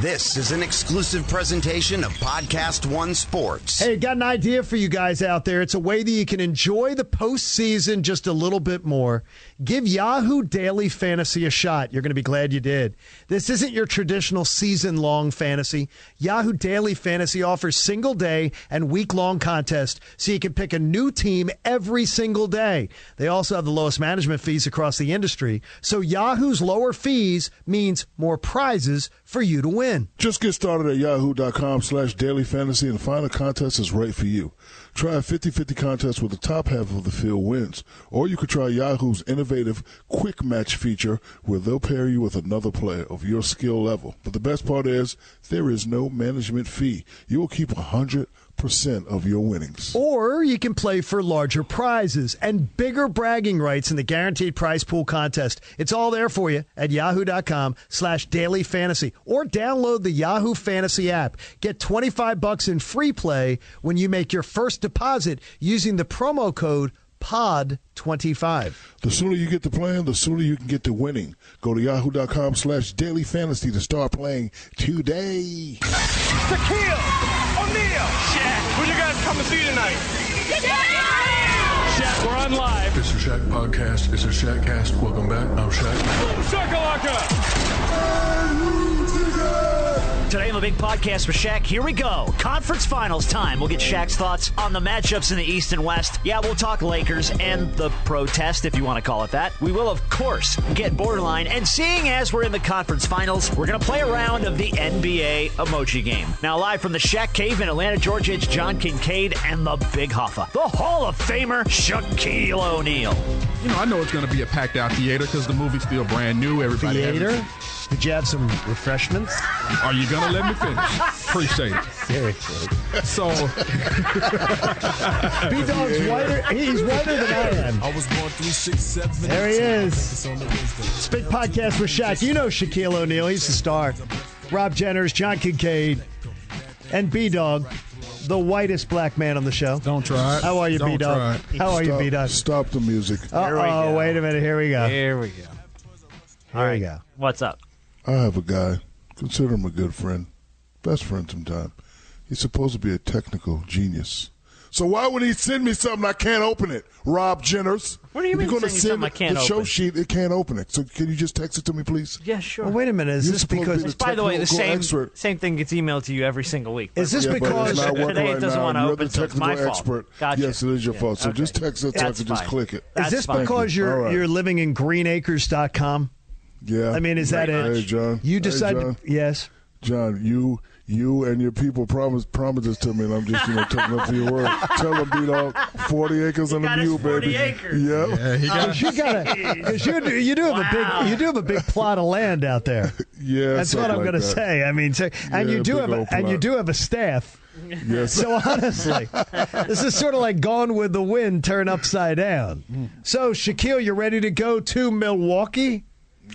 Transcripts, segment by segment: This is an exclusive presentation of Podcast One Sports. Hey, got an idea for you guys out there. It's a way that you can enjoy the postseason just a little bit more. Give Yahoo Daily Fantasy a shot. You're going to be glad you did. This isn't your traditional season long fantasy. Yahoo Daily Fantasy offers single day and week long contests so you can pick a new team every single day. They also have the lowest management fees across the industry. So Yahoo's lower fees means more prizes for you to win. Just get started at yahoo.com slash daily fantasy and find a contest that's right for you. Try a 50 50 contest where the top half of the field wins, or you could try Yahoo's innovative quick match feature where they'll pair you with another player of your skill level. But the best part is, there is no management fee. You will keep 100% of your winnings. Or you can play for larger prizes and bigger bragging rights in the guaranteed prize pool contest. It's all there for you at yahoo.com slash daily fantasy or download the Yahoo Fantasy app. Get 25 bucks in free play when you make your first deposit using the promo code POD25. The sooner you get to playing, the sooner you can get to winning. Go to yahoo.com slash daily fantasy to start playing today. Shaquille O'Neal. Shaq, who you guys come to see tonight? Shaq, we're on live. It's a Shaq podcast. It's a Shaq cast. Welcome back. I'm Shaq. Boom shakalaka. Today on the big podcast with Shaq, here we go. Conference finals time. We'll get Shaq's thoughts on the matchups in the East and West. Yeah, we'll talk Lakers and the protest, if you want to call it that. We will, of course, get borderline. And seeing as we're in the conference finals, we're going to play a round of the NBA emoji game. Now, live from the Shaq Cave in Atlanta, Georgia, it's John Kincaid and the Big Hoffa, the Hall of Famer Shaquille O'Neal. You know, I know it's going to be a packed out theater because the movie's still brand new. Everybody, Theater? Did you have some refreshments? Are you going to let me finish? Appreciate it. Seriously. So, B Dog's whiter. He's whiter than I am. I was born through six, seven. There he is. It's Big Podcast with Shaq. You know Shaquille O'Neal. He's the star. Rob Jenners, John Kincaid, and B Dog, the whitest black man on the show. don't try. it. How are you, Don't B Dog? try it. How are you, Stop- B Dog? Stop the music. Oh, wait a minute. Here we go. Here we go. Here we go. What's up? I have a guy, consider him a good friend, best friend sometime. He's supposed to be a technical genius. So why would he send me something I can't open it, Rob Jenners? What do you If mean you're gonna send you send something I can't the show open? sheet, it can't open it. So can you just text it to me, please? Yeah, sure. Well, wait a minute. Is You're this supposed to be because? the By the way, the Technical same expert. same thing gets emailed to you every single week. Is this yeah, but because? it's not working Today it right doesn't now. wanna You're open, the so it's technical my fault. expert. Gotcha. Yes, it is your Yeah, fault. So okay. just text it so I That's can just fine. click it. Is this That's fine. because you're All right. you're living in greenacres.com? Yeah. I mean, is that it? Hey, John. You Hey, decided. John. yes. John, you you and your people promised promises to me, and I'm just you know taking up for your word. Tell them, beat off forty acres and a got us mule, 40 baby. acres. Yeah. Yeah, he got- Because you got to, because you do, you do have a big, you do have a big plot of land out there. Yeah, That's what something I'm like going to that. say. I mean, so, and Yeah, you do big have, a, old and you plot. do have a staff. Yes. So honestly, this is sort of like Gone with the Wind, turn upside down. So Shaquille, you're ready to go to Milwaukee.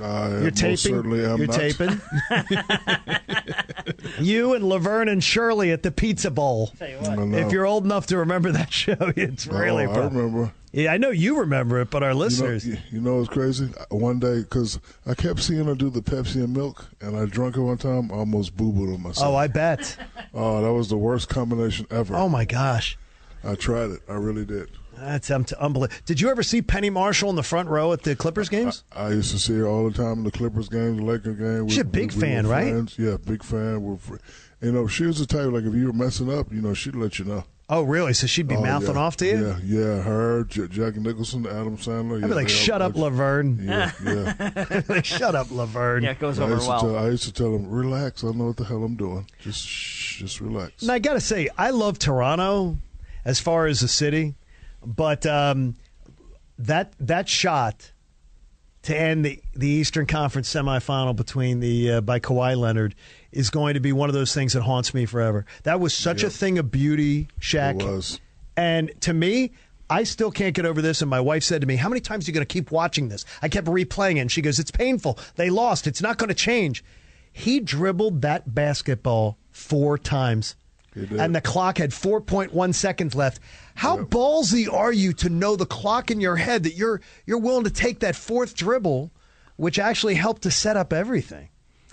I You're most taping. Certainly am you're not. taping. you and Laverne and Shirley at the Pizza Bowl. No, no. If you're old enough to remember that show, it's Oh, really. I prob- remember. Yeah, I know you remember it, but our You know, listeners. you- you know what's crazy? One day, because I kept seeing her do the Pepsi and milk, and I drunk it one time, I almost boo booed on myself. Oh, I bet. Oh, that was the worst combination ever. Oh my gosh, I tried it. I really did. that's um, unbelievable. Did you ever see Penny Marshall in the front row at the Uh, Clippers games? I used to see her all the time in the Clippers game, the Lakers game. We- She's a big we- we were fan, right? friends. Yeah, big fan. We're, fr- you know, she was the type like if you were messing up, you know, she'd let you know. Oh, really? So she'd be Oh, mouthing yeah. off to you? Yeah, yeah. Her, J- Jack Nicholson, Adam Sandler. I'd be like, "Shut up, Laverne! Yeah, yeah. Like, Shut up, Laverne!" Yeah, it goes I over used, to tell, well. I used to tell him, relax. I know what the hell I'm doing. Just shh, just relax. And I gotta say, I love Toronto as far as the city, but um, that that shot to end the, the Eastern Conference semifinal between the uh, by Kawhi Leonard is going to be one of those things that haunts me forever. That was such a thing of beauty, Shaq. It was. And to me, I still can't get over this. And my wife said to me, How many times are you going to keep watching this? I kept replaying it. And she goes, It's painful. They lost. It's not going to change. He dribbled that basketball four times. It did. and the clock had 4.1 seconds left. How ballsy are you to know the clock in your head that you're you're willing to take that fourth dribble, which actually helped to set up everything?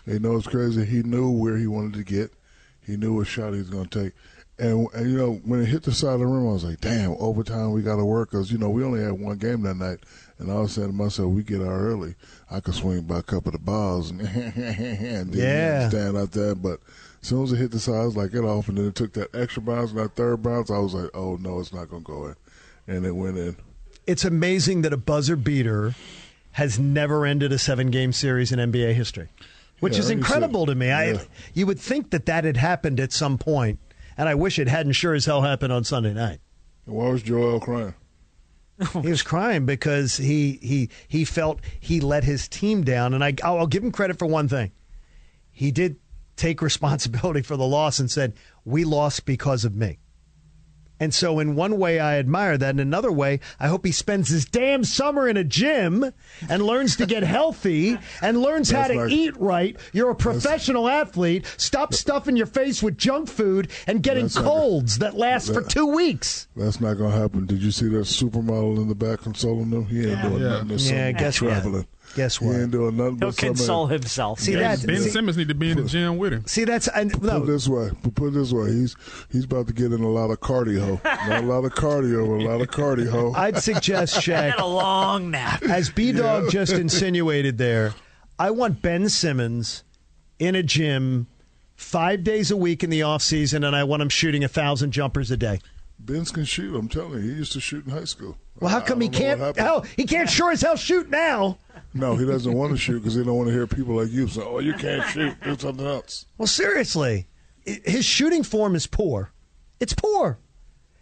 You know, it's crazy. He knew where he wanted to get. He knew what shot he was going to take. And, and, you know, when it hit the side of the rim, I was like, damn, overtime, we got to work because, you know, we only had one game that night. And I was saying to myself, we get out early. I could swing by a couple of the balls and, and then Yeah. stand out there. But as soon as it hit the side, I was like, get off. And then it took that extra bounce and that third bounce. I was like, oh, no, it's not going to go in. And it went in. It's amazing that a buzzer beater has never ended a seven-game series in NBA history, which Yeah, is I think so. incredible to me. Yeah. I you would think that that had happened at some point, and I wish it hadn't. Sure as hell happened on Sunday night. And why was Joel crying? He was crying because he he he felt he let his team down, and I I'll, I'll give him credit for one thing. He did take responsibility for the loss and said, "We lost because of me." And so, in one way, I admire that. In another way, I hope he spends his damn summer in a gym and learns to get healthy and learns how That's to like- eat right. You're a professional athlete. Stop stuffing your face with junk food and getting That's like- colds that last for that- two weeks. That's not gonna happen. Did you see that supermodel in the back consoling him? He ain't doing Yeah. nothing. This Yeah, summer. guess what? traveling. Guess what? He ain't doing nothing. He'll but summer. console himself. See, that's Ben see- Simmons need to be in the gym with him. See, that's and Put it no, this way. Put it this way. He's he's about to get in a lot of cardio. Not a lot of cardio, but a lot of cardio. I'd suggest Had a Shaq, long nap. as B Dog just insinuated there. I want Ben Simmons in a gym five days a week in the off season, and I want him shooting a thousand jumpers a day. Ben's can shoot. I'm telling you, he used to shoot in high school. Well, how I- I come he don't know what can't? Oh. happened. Hell, he can't sure as hell shoot now. No, he doesn't want to shoot because he don't want to hear people like you say, "Oh, you can't shoot. Do something else." Well, seriously, i- his shooting form is poor. It's poor.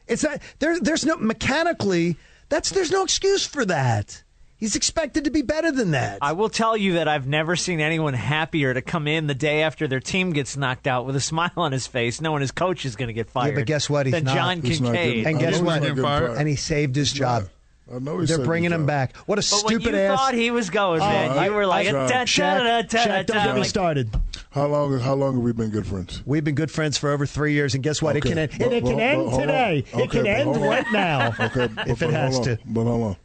It's not there. There's no mechanically. That's there's no excuse for that. He's expected to be better than that. I will tell you that I've never seen anyone happier to come in the day after their team gets knocked out with a smile on his face, knowing his coach is going to get fired. guess what? He's than not. John He's not Kincaid. getting- And I guess know he's what? not getting And fired. and he saved his job. I know he They're said bringing he's him out. back. What a but stupid when you ass. thought he was going, man, I- you were like, I tried. da- da- da- Shaq, da- Shaq, don't da- get me like, started. How long? How long have we been good friends? We've been good friends for over three years, and guess what? Okay, It can end. but- and it but- can but end hold on. today. Okay, it can but end hold on. right now. Okay, if it but has hold on. to. But hold on.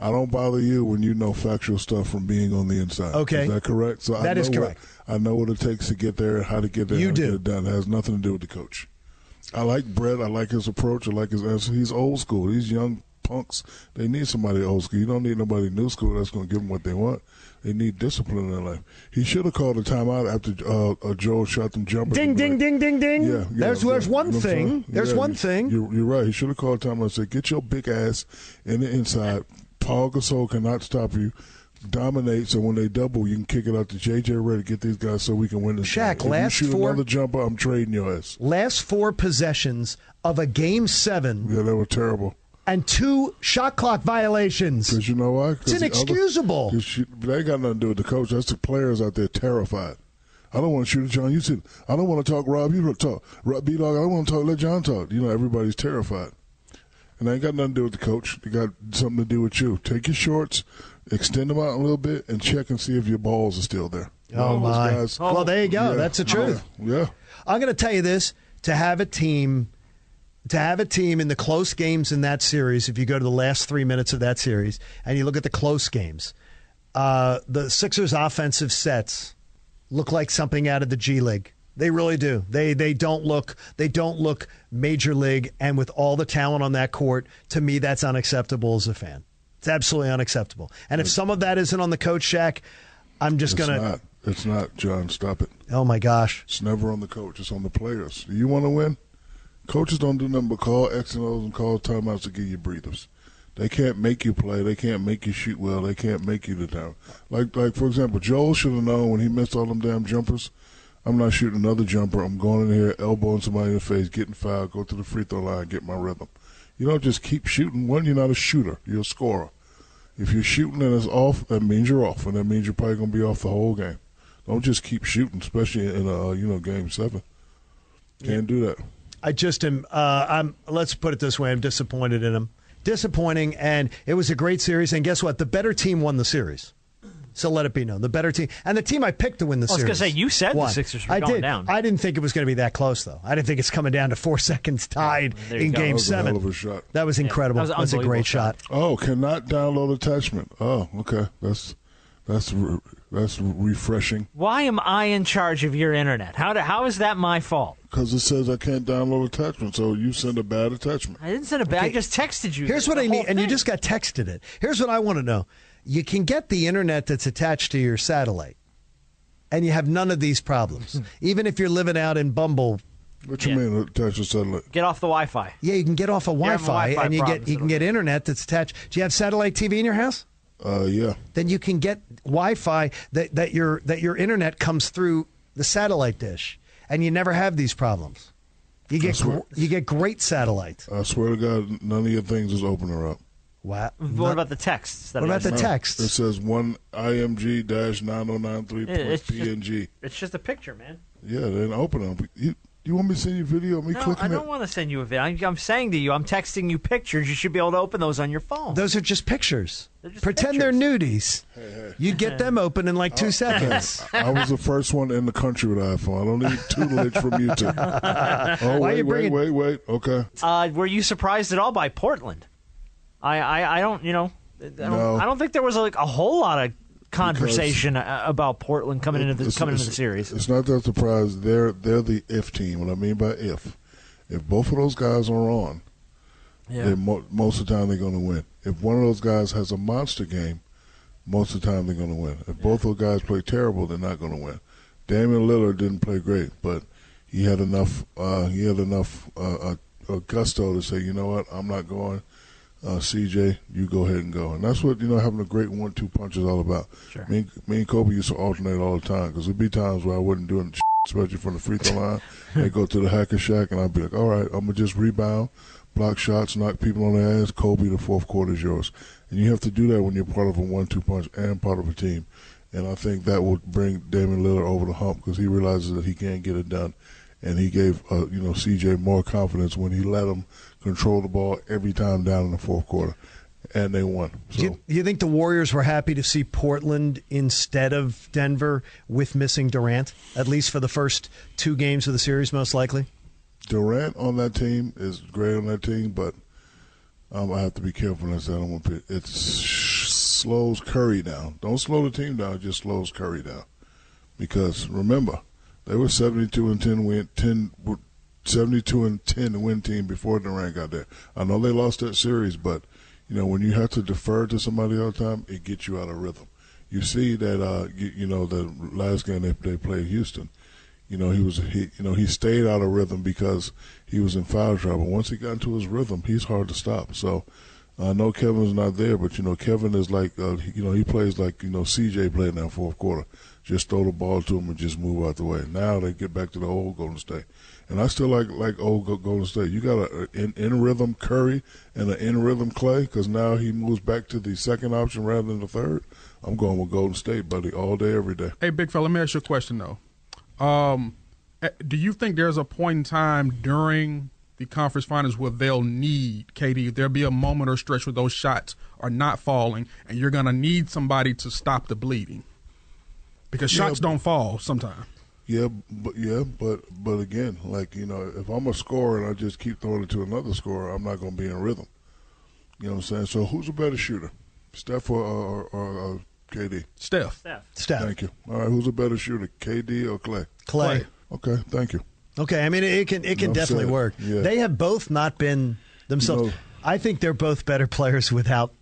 I don't bother you when you know factual stuff from being on the inside. Okay. is that correct? So I That know is correct. What, I know what it takes to get there, and how to get there. You how to do. Get it done. It has nothing to do with the coach. I like Brett. I like his approach. I like his answer. He's old school. These young punks, they need somebody old school. You don't need nobody new school that's going to give them what they want. They need discipline in their life. He should have called a timeout after uh, uh, Joel shot them jumpers. Ding, ding, ding, ding, ding. Yeah, yeah, There's- yeah. there's one You know what I'm thing. saying? There's one you- thing. You're, you're right. He should have called time and said, "Get your big ass in the inside." Paul Gasol cannot stop you. Dominate. So when they double, you can kick it out to JJ Redick. Get these guys so we can win this. Shaq, game. If last you shoot four- another jumper, I'm trading your ass. Last four possessions of a game seven Yeah, they were terrible. and two shot clock violations. Because you know why? 'Cause It's the other- inexcusable. 'cause you- they ain't got nothing to do with the coach. That's the players out there terrified. I don't want to shoot at John. You said I don't want to talk. Rob, you don't talk. Rob, B dog, I don't want to talk. Let John talk. You know everybody's terrified, and I ain't got nothing to do with the coach. It got something to do with you. Take your shorts, extend them out a little bit, and check and see if your balls are still there. Oh All those my! guys- Well, there you go. Yeah. Oh, That's the truth. Yeah. Yeah. I'm going to tell you this: to have a team, to have a team in the close games in that series, if you go to the last three minutes of that series and you look at the close games, uh, the Sixers' offensive sets look like something out of the G League. They really do. They they don't look they don't look major league. And with all the talent on that court, to me, that's unacceptable as a fan. It's absolutely unacceptable. And if some of that isn't on the coach, Shack, I'm just It's gonna. not. It's not. John, stop it. Oh my gosh. It's never on the coach. It's on the players. You want to win? Coaches don't do nothing but call X and O's and call timeouts to give you breathers. They can't make you play. They can't make you shoot well. They can't make you the time. Like, like for example, Joel should have known when he missed all them damn jumpers. I'm not shooting another jumper. I'm going in here, elbowing somebody in the face, getting fouled, go to the free throw line, get my rhythm. You don't just keep shooting. One, you're not a shooter. You're a scorer. If you're shooting and it's off, that means you're off, and that means you're probably gonna be off the whole game. Don't just keep shooting, especially in a you know game seven. Can't do that. I just am. Uh, I'm. Let's put it this way: I'm disappointed in him. Disappointing, and it was a great series. And guess what? The better team won the series. So let it be known. The better team and the team I picked to win the Well, I was series. gonna say, you said the won. Sixers were I going did. down. I didn't think it was going to be that close though. I didn't think it's coming down to four seconds tied there you in go. game That was a seven. hell of a shot. That was incredible. that was an That's a unbelievable great shot. shot. Oh, cannot download attachment. Oh, okay. That's that's re- that's refreshing Why am I in charge of your internet? How do, how is that my fault? because it says I can't download attachment. So you send a bad attachment. I didn't send a bad. I just texted you. Here's the what I whole need, and you thing. just got texted it. Here's what I want to know: you can get the internet that's attached to your satellite, and you have none of these problems. Even if you're living out in Bumble, What you Yeah. mean attach a satellite? get off the Wi-Fi. yeah, you can get off a You're having Wi-Fi, Wi-Fi and you get problems, you can get internet that's attached. Do you have satellite TV in your house? Uh, yeah. Then you can get Wi-Fi that, that your that your internet comes through the satellite dish, and you never have these problems. You get That's gr- what- you get great satellite. I swear to God, none of your things is opening up. Wow. What about the texts? That What I about the sent? texts? It says one IMG dash nine oh nine three Yeah, it's just- PNG. It's just a picture, man. Yeah, they didn't open them. You, you want me to send you a video of me No, clicking I don't it? want to send you a video. I'm, I'm saying to you, I'm texting you pictures. You should be able to open those on your phone. Those are just pictures. They're just Pretend they're nudies. You'd get them open in like Oh. two seconds. I was the first one in the country with iPhone. I don't need tutelage from you two. Why Oh, wait, you bringing- wait, wait, wait. Okay. uh, were you surprised at all by Portland? I, I, I don't, you know, I don't, No. I don't think there was like a whole lot of conversation uh about Portland coming into the It's- coming into the it's- series. It's not that surprised. They're they're the if team. What I mean by if, if both of those guys are on, Yeah. they mo- most of the time they're going to win. If one of those guys has a monster game, most of the time they're going to win. If both those guys play terrible, they're not going to win. Damian Lillard didn't play great, but he had enough. Uh, he had enough uh, uh, uh, gusto to say, you know what, I'm not going. Uh, CJ, you go ahead and go, and that's what you know. Having a great one-two punch is all about. Sure. Me, and, me and Kobe used to alternate all the time because there'd be times where I wasn't doing shit, especially from the free throw line. They go to the hacker shack, and I'd be like, "All right, I'm gonna just rebound, block shots, knock people on their ass. Kobe, the fourth quarter is yours." And you have to do that when you're part of a one-two punch and part of a team. And I think that will bring Damian Lillard over the hump because he realizes that he can't get it done, and he gave uh, you know CJ more confidence when he let him control the ball every time down in the fourth quarter, and they won. So. Do you, do you think the Warriors were happy to see Portland instead of Denver with missing Durant, at least for the first two games of the series, most likely? Durant on that team is great on that team, but um, I have to be careful when I say I don't want to. It slows Curry down. Don't slow the team down. It just slows Curry down. Because remember, they were seventy-two and ten win ten. were 72 and 10 win team before Durant got there. I know they lost that series, but you know when you have to defer to somebody all the time, it gets you out of rhythm. You see that uh you, you know the last game they, they played Houston, you know he was he you know he stayed out of rhythm because he was in foul trouble. Once he got into his rhythm, he's hard to stop. So I know Kevin's not there, but you know Kevin is like uh, he- you know he plays like you know CJ played in that fourth quarter. Just throw the ball to him and just move out the way. Now they get back to the old Golden State, and I still like like old Go- Golden State. You got a, a in, in rhythm Curry and an in rhythm Clay because now he moves back to the second option rather than the third. I'm going with Golden State, buddy, all day every day. Hey, big fella, let me ask you a question though. Um, eh, do you think there's a point in time during the conference finals where they'll need KD? There'll be a moment or stretch where those shots are not falling, and you're gonna need somebody to stop the bleeding because Yeah, shots but- don't fall sometimes. Yeah, but yeah, but but again, like you know, if I'm a scorer and I just keep throwing it to another scorer, I'm not going to be in rhythm. You know what I'm saying? So who's a better shooter, Steph or or, or, or KD? Steph, Steph, Thank you. All right, who's a better shooter, KD or Clay? Clay. Okay, thank you. Okay, I mean it can it can Enough definitely said. work. Yeah. They have both not been themselves. No. I think they're both better players without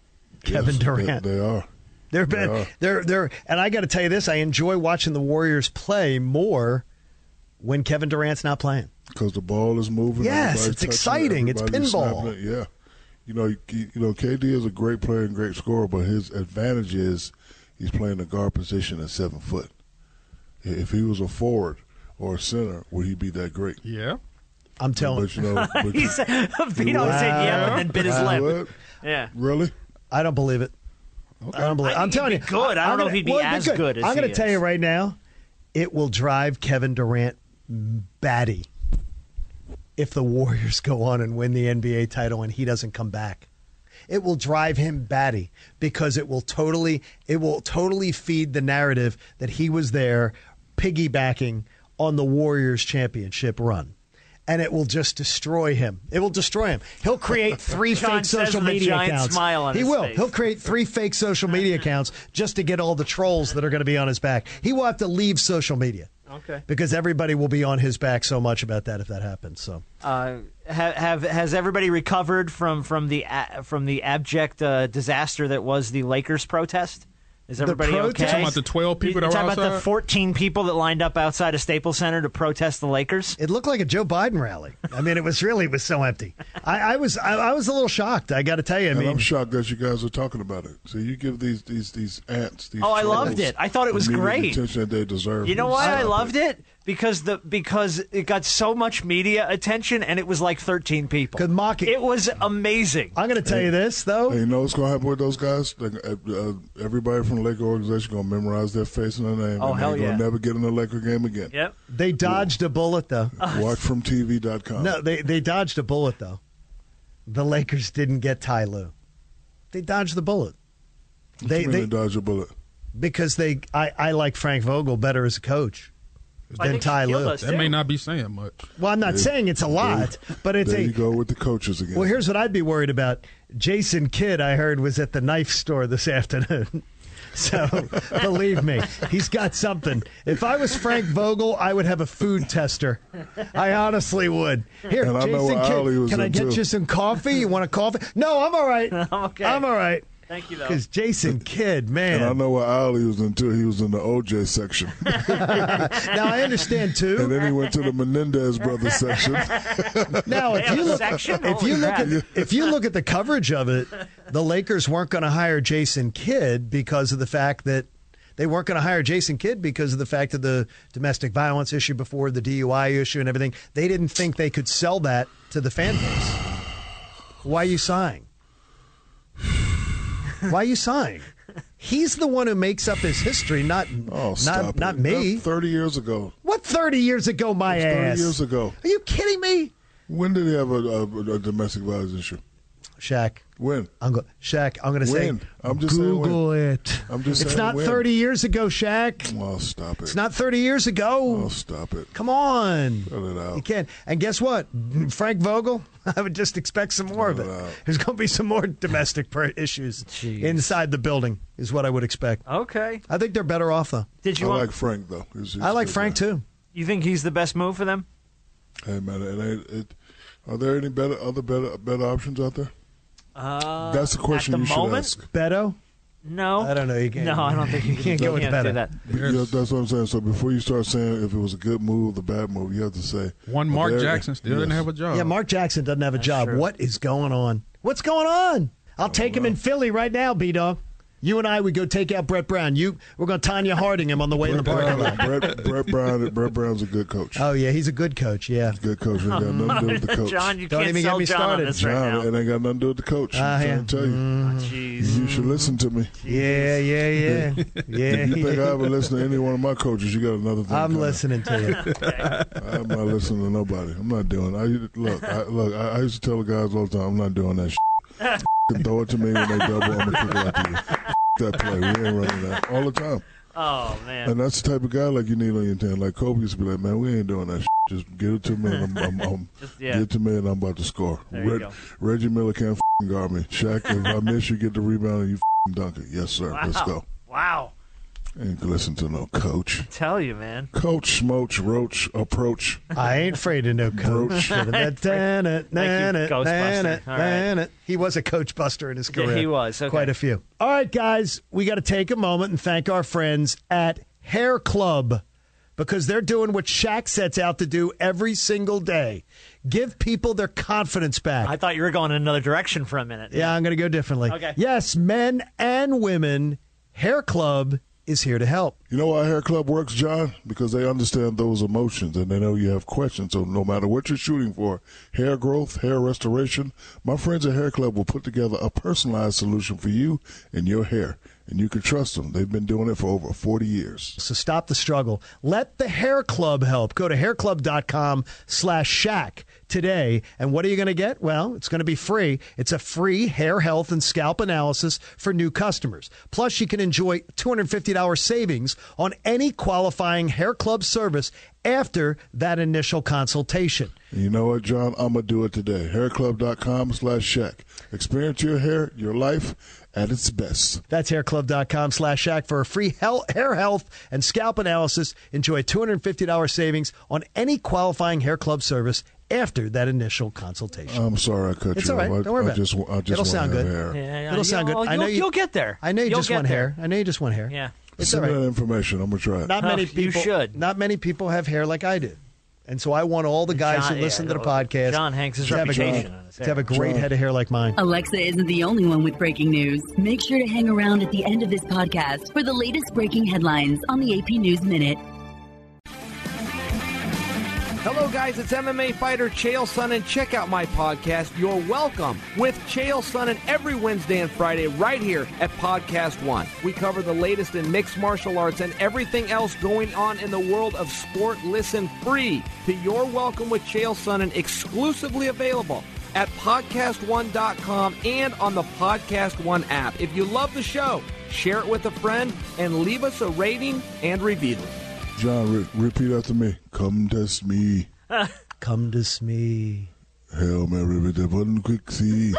Kevin Yes, they- Durant. They, are. They're bad. are. They're they're and I got to tell you this, I enjoy watching the Warriors play more when Kevin Durant's not playing. because the ball is moving. Yes, everybody's it's touching it, exciting. It's everybody's pinball. snapping it, Yeah, you know, you, you know, KD is a great player and great scorer, but his advantage is he's playing the guard position at seven foot. If he was a forward or a center, would he be that great? yeah. I'm telling But you know, but He you, said, Vito said yeah, and then bit his you lip. would? Yeah. Really? I don't believe it. I don't believe. I it. think he'd I'm telling be you, good. I don't I'm know gonna- if he'd be well, as good as I'm gonna he tell you is. right now, it will drive Kevin Durant batty if the Warriors go on and win the NBA title and he doesn't come back. it will drive him batty because it will totally it will totally feed the narrative that he was there piggybacking on the Warriors championship run. And it will just destroy him. It will destroy him. He'll create three Sean fake says social with a media giant accounts. smile on he his will. face. He'll create three fake social media accounts just to get all the trolls that are going to be on his back. He will have to leave social media. Okay. Because everybody will be on his back so much about that if that happens. So Uh, have, have has everybody recovered from from the a- from the abject uh, disaster that was the Lakers protest? Is everybody protest? okay? You're talking about the 12 people You're that were talking about the outside? 14 people that lined up outside of Staples Center to protest the Lakers. it looked like a Joe Biden rally. I mean, it was really it was so empty. I, I was I, I was a little shocked. I got to tell you. I And mean, I'm shocked that you guys are talking about it. So you give these these these ants. These Oh, I trolls loved it. I thought it was the media great. Attention that they deserve. You know why Stop I loved it? Because the because it got so much media attention and it was like 13 people. Good mocking. It was amazing. I'm going to tell you this though. Hey, you know what's gonna happen with those guys? Like, uh, uh, everybody from the Laker organization gonna memorize their face and their name. Oh, and hell they yeah. Gonna never get in the Laker game again. Yep. They dodged a bullet though. Watchfromtv.com. No, they they dodged a bullet though. The Lakers didn't get Ty Lue. They dodged the bullet. They they, they dodge a bullet. because they I, I like Frank Vogel better as a coach I than think she Ty killed Lue. us, That too. may not be saying much. Well, I'm not saying it's a lot, but it's there a you go with the coaches again. Well, here's what I'd be worried about. Jason Kidd, I heard, was at the knife store this afternoon. So believe me, he's got something. If I was Frank Vogel, I would have a food tester. I honestly would. Here, And I know Jason what aisle he Kidd, was can I in, get too. you some coffee? You want a coffee? No, I'm all right. I'm okay. I'm all right. Thank you, though. Because Jason Kidd, and I man. know what aisle he was in too. He was in the OJ section, now I understand and too. then he went to the Menendez brothers section. Now They if have you a look, section? if Holy you look crap. at if you look at the coverage of it, the Lakers weren't going to hire Jason Kidd because of the fact that they weren't going to hire Jason Kidd because of the fact of the domestic violence issue before the DUI issue and everything. They didn't think they could sell that to the fan base. Why are you sighing? Why are you sighing? He's the one who makes up his history, not Oh, not stop it. not me. That's Thirty years ago. What thirty years ago, my That's 30 ass? years ago. Are you kidding me, When did he have a, a, a domestic violence issue? Shaq? When? I'm go- Shaq, I'm going to say, When? I'm just saying Google when. it. I'm just it's saying not when. 30 years ago, Shaq. Oh, stop it. It's not 30 years ago. Oh, stop it. Come on. Cut it out. You can't. And guess what? Frank Vogel, I would just expect some more of it. Cut it out. There's going to be some more domestic per- issues inside the building, is what I would expect. Okay. I think they're better off, though. Did you I want, like Frank though. He's- he's I a like good Frank, guy. too. you think he's the best move for them? Hey man, it ain't. It, are there any better other better better options out there? Uh, That's the question at the you should moment? ask. Beto? No. I don't know. You can't- No, I don't think you you can, can't go with you better. do that. Yeah, that's what I'm saying. So before you start saying if it was a good move, the bad move, you have to say One are Mark there- Jackson still didn't Yes. have a job. Yeah, Mark Jackson doesn't have a job. true. What is going on? What's going on? I'll take him in Philly right now, B Dog. You and I would go take out Brett Brown. You we're gonna Tanya Harding him on the way in the Brett parking Brown, lot. Brett, Brett Brown. Brett Brown's a good coach. Oh yeah, he's a good coach, yeah. good coach. Ain't got nothing to do with the coach. John, you Don't can't even get sell me John on started. this right John, uh, now. it ain't got nothing to do with the coach. Ah, I'm trying yeah. Mm. to tell you. Jeez. You should listen to me. Yeah, yeah, yeah. Yeah. If you think I ever listen to any one of my coaches, you got another thing. I'm coming. listening to you. I'm not listening to nobody. I'm not doing. I look. I, look. I, I used to tell the guys all the time. I'm not doing that. Shit. throw it to me when they double. I'm gonna kick it out to you. F- That play. We ain't running that all the time. Oh man. And that's the type of guy like you need on your team. Like Kobe used to be like, man, we ain't doing that. Shit. Just get it to me. And I'm, I'm, I'm Just- yeah. get it to me, and I'm about to score. There you go. Reggie Miller can't f- guard me. Shaq, if I miss, you get the rebound and you f- dunk it. Yes, sir. Let's go. Wow. Ain't listen to no coach. Tell you, man. Coach, smoach, roach, approach. I ain't afraid of no coach. Ghostbuster. All right. He was a coach buster in his Yeah, career. he was. Okay. Quite a few. All right, guys, we got to take a moment and thank our friends at Hair Club because they're doing what Shaq sets out to do every single day give people their confidence back. I thought you were going in another direction for a minute. yeah, I'm going to go differently. Okay. Yes, men and women, Hair Club is here to help. You know why Hair Club works, John? Because they understand those emotions and they know you have questions. So no matter what you're shooting for, hair growth, hair restoration, my friends at Hair Club will put together a personalized solution for you and your hair. and you can trust them. They've been doing it for over 40 years. So stop the struggle. Let the Hair Club help. Go to hairclub.com slash shack today. And what are you going to get? Well, it's going to be free. It's a free hair health and scalp analysis for new customers. Plus, you can enjoy $250 savings on any qualifying Hair Club service after that initial consultation. And you know what, John? I'm going to do it today. Hairclub.com slash shack. Experience your hair, your life at its best. That's hairclub.com slash shack for a free hel- hair health and scalp analysis. Enjoy $250 savings on any qualifying hair club service after that initial consultation. I'm sorry I cut it's you all right. off. I- Don't worry Uh, I about just, it. wa- I just It'll want sound to have good. hair. Yeah, yeah, It'll sound you'll- good. I know you'll- you, you'll get there. I know you You'll just get want there. hair. I know you just want hair. Yeah. It's all Send me right. that information. I'm going to try it. Not Huh, many people. you should. Not many people have hair like I do, and so I want all the guys John- who listen yeah, to the well, podcast. John Hanks' to have a- reputation on his Oh. to have a hair. great John. head of hair like mine. Alexa isn't the only one with breaking news. Make sure to hang around at the end of this podcast for the latest breaking headlines on the AP News Minute. Hello, guys. It's MMA fighter Chael Sonnen. Check out my podcast, You're Welcome, with Chael Sonnen every Wednesday and Friday right here at Podcast One. We cover the latest in mixed martial arts and everything else going on in the world of sport. Listen free to You're Welcome with Chael Sonnen, exclusively available at podcastone.com and on the Podcast One app. If you love the show, share it with a friend and leave us a rating and review. John, re- repeat after me. Come test me. Come to me, Hail Mary with the one quick C.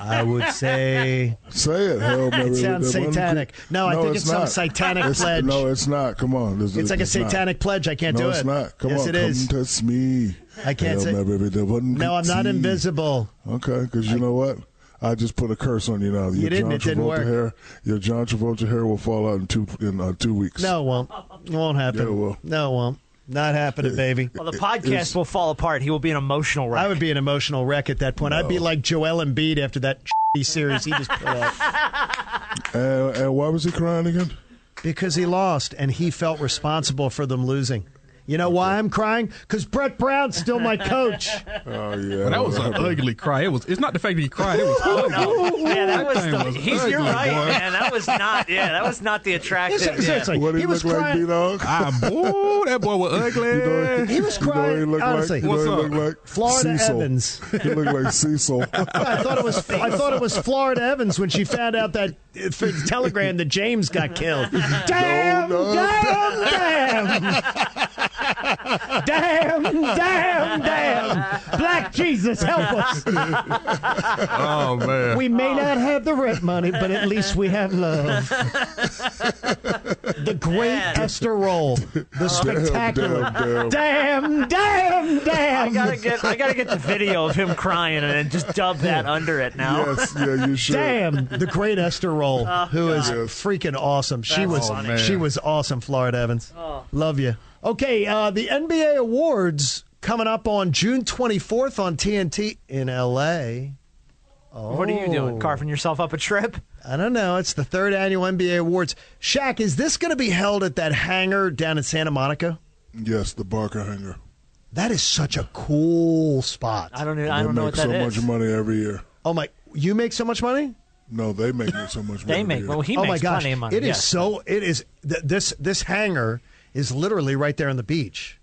I would say. Say it. Hail Mary with sounds the one satanic. quick- No, I think it's some not. satanic It's- pledge. No, it's not. Come on. It's, It's like a not. satanic pledge. I can't no, do it's it. not. Come yes, on, it is. Come test me. I can't Hail say- Mary with the one No, quick I'm not C. invisible. Okay, because you know what? I just put a curse on you now. Your didn't. John It didn't Travolta work. Hair, your John Travolta hair will fall out in two in uh, two weeks. No, it won't. It won't happen. Yeah, it will. No, it won't. Not happening, baby. Well, the podcast will fall apart. He will be an emotional wreck. I would be an emotional wreck at that point. I'd be like Joel Embiid after that shitty series he just put out. And, and why was he crying again? Because he lost and he felt responsible for them losing. You know why I'm crying? Because Brett Brown's still my coach. Oh yeah, But that was an ugly cry. It was. It's not the fact that he cried. It was ugly. yeah, that was thing the. was he's, ugly, you're right, boy. man. That was not. Yeah, that was not the attractive. Ser- yeah. Seriously, What he, he was look like, crying. B-Dog? Ah, boo, that boy was ugly. You know- He was crying, You know he looked honestly. like, you know What's he up? looked like Florida Cecil. Evans. he looked like Cecil. I thought it was I thought it was Florida Evans when she found out that uh, for the telegram that James got killed. Damn, No, no. damn, damn, damn, damn, damn! Black Jesus, help us! Oh man. We may not have the rent money, but at least we have love. The great Esther Roll, the spectacular. damn, damn. Damn, damn, I damn, gotta get. I gotta get the video of him crying and then just dub that under it now. Yes, yeah, you should. damn! The great Esther Roll, who is freaking awesome. She Oh, That's was funny. Oh. she was awesome. Florida Evans, love you. Okay, uh, the NBA awards coming up on June 24th on TNT in LA. What are you doing? Carving yourself up a trip? I don't know. It's the third annual NBA awards. Shaq, is this going to be held at that hangar down in Santa Monica? Yes, the Barker hanger. That is such a cool spot. I don't. Even, They I don't know make what that so is. much money every year. Oh my! You make so much money. No, they make me so much money. They make. every Well, year. he oh makes my gosh! plenty of money. It is yes. so. It is th- this this hangar is literally right there on the beach,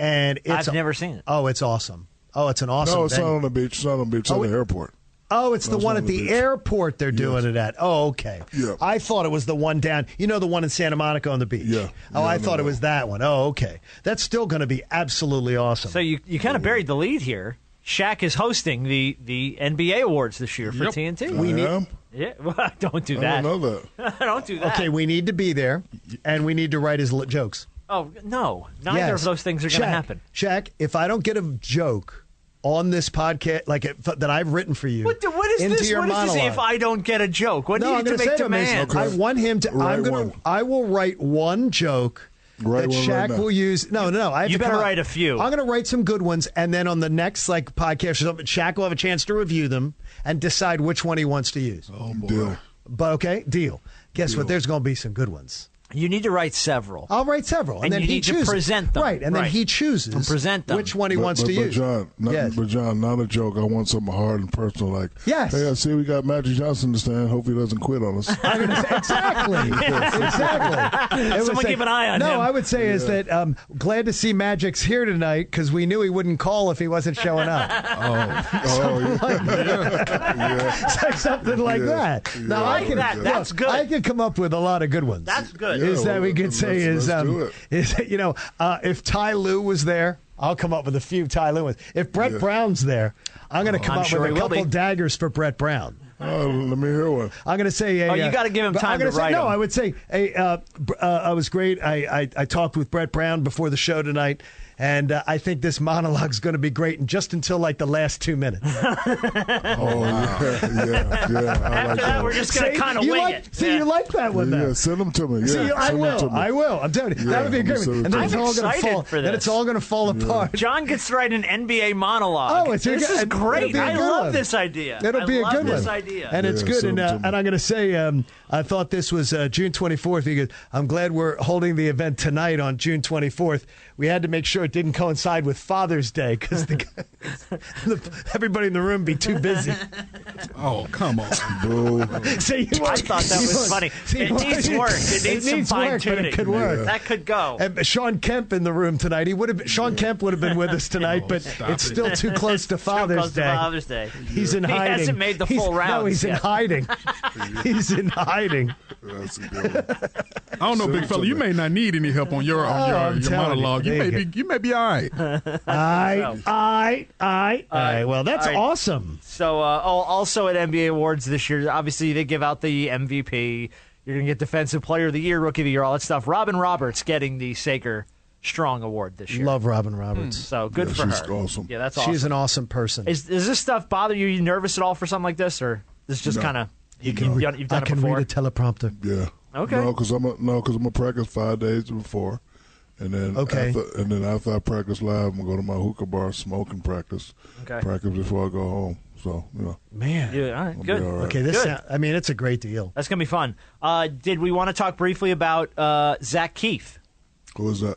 and it's I've never seen it. Oh, it's awesome. Oh, it's an awesome. no, it's venue. not on the beach. It's not on the beach. It's on the airport. Oh, it's the it's one on at the the beach. airport they're doing it at. Oh, okay. Yeah. I thought it was the one down, you know, the one in Santa Monica on the beach. Yeah. Oh, Yeah, I no, thought it no. was that one. Oh, okay. That's still going to be absolutely awesome. So you you kind of buried the lead here. Shaq is hosting the the NBA awards this year for Yep. TNT. I am. yeah, well, don't do I that. don't know that. Don't do that. okay, we need to be there and we need to write his li- jokes. Oh no, neither Yes. of those things are going to Shaq, happen. Shaq, if I don't get a joke on this podcast, like if, that I've written for you, What, the- what is into this? Your What is monologue, this? If I don't get a joke, what do no, you I'm need to gonna make say it, Mason. demands? I want him to. Write I'm gonna. one. I will write one joke. Write that one right Shaq now. will use. No, no, no. I have You to come better up- write a few. I'm going to write some good ones, and then on the next like podcast or something, Shaq will have a chance to review them and decide which one he wants to use. Oh, boy. Deal. But okay, deal. Guess what? There's going to be some good ones. You need to write several. I'll write several, and, And then you he need to chooses. present them. Right, and then Right. he chooses And present them. which one he But- wants but- to but use. John, not, Yes. but John, not a joke. I want something hard and personal. Like, Yes. Hey, I see we got Magic Johnson to stand. Hope he doesn't quit on us. exactly. exactly. It was Someone like- keep an eye on no, him. I would say is that um, glad to see Magic's here tonight because we knew he wouldn't call if he wasn't showing up. oh, yeah. So something like Yeah. that. Now Yeah. I Like can. that. look, That's good. I can come up with a lot of good ones. That's good. Yeah, is that well, we could let's- say is, Oh, let's do um, it. is you know uh, if Ty Lue was there, I'll come up with a few Ty Lue ones. If Brett Brown's there, I'm going to come Oh, I'm up sure he with a will couple be. daggers for Brett Brown. Oh, let me hear one. I'm going to say. A, Oh, you uh, gotta give him but time I'm gonna to say, write No, 'em. I would say hey, uh, br- uh, I was great. I, I I talked with Brett Brown before the show tonight, and uh, I think this monologue's going to be great, and just until like the last two minutes. Oh, yeah, yeah, yeah. I like After that, we're just going See, to kind of Oh, you wing like, it. See, Yeah. you like that one Yeah, though. send them to me. Yeah, See, I send 'em to will. me. I will. I'm telling you. Yeah, that would be a I'm great so one. And then it's excited. all going to I'm fall. excited for Then it's this. all going to fall apart. John gets to write an NBA monologue. Oh, it's this a, is and it'll great. be a I good love one. this idea. It'll I be a love good this one. idea. and it's Yeah, good. send And them uh, to me. and I'm going to say, um, I thought this was uh, June 24th because I'm glad we're holding the event tonight on June 24th. We had to make sure it didn't coincide with Father's Day because the, guys- the, everybody in the room be too busy. Oh, come on. Boo. See, you I want- thought that you was want- funny. see, It you needs want- work. It needs some needs work, fine but tuning. it could work. That could go. And Sean Kemp in the room tonight. He would have. Been, Sean Kemp would have been with us tonight, but stop it's it. still too close to Father's close to Day. Father's Day. He's in He hiding. hasn't made the He's- full No, rounds he's in yet. hiding. he's in hiding. That's a good one. I don't know, big fella. You may not need any help on your on Oh, I'm your, your telling you. monologue. You, There may you be you may be all right. I, I, I, I. Well, that's All right. awesome. So, uh, oh, also at NBA awards this year, obviously they give out the MVP. You're gonna get Defensive Player of the Year, Rookie of the Year, all that stuff. Robin Roberts getting the Saker Strong Award this year. Love Robin Roberts. Hmm, So good Yeah, for she's her. awesome. Yeah, that's She's awesome. an awesome person. Is, does this stuff bother you? You nervous at all for something like this, or this is just kind of you, have done, you've done I it can before? read a teleprompter. Yeah. Okay. No, because I'm a, no, because I'm a practice five days before, and then Okay. After, and then after I practice live, I'm gonna go to my hookah bar, smoke and practice. Okay. Practice before I go home. So you know. Man. yeah, all right, I'll be good. all right. Okay, this. Good. Sound, I mean, it's a great deal. That's gonna be fun. Uh, did we want to talk briefly about uh, Zach Keefe? Who is that?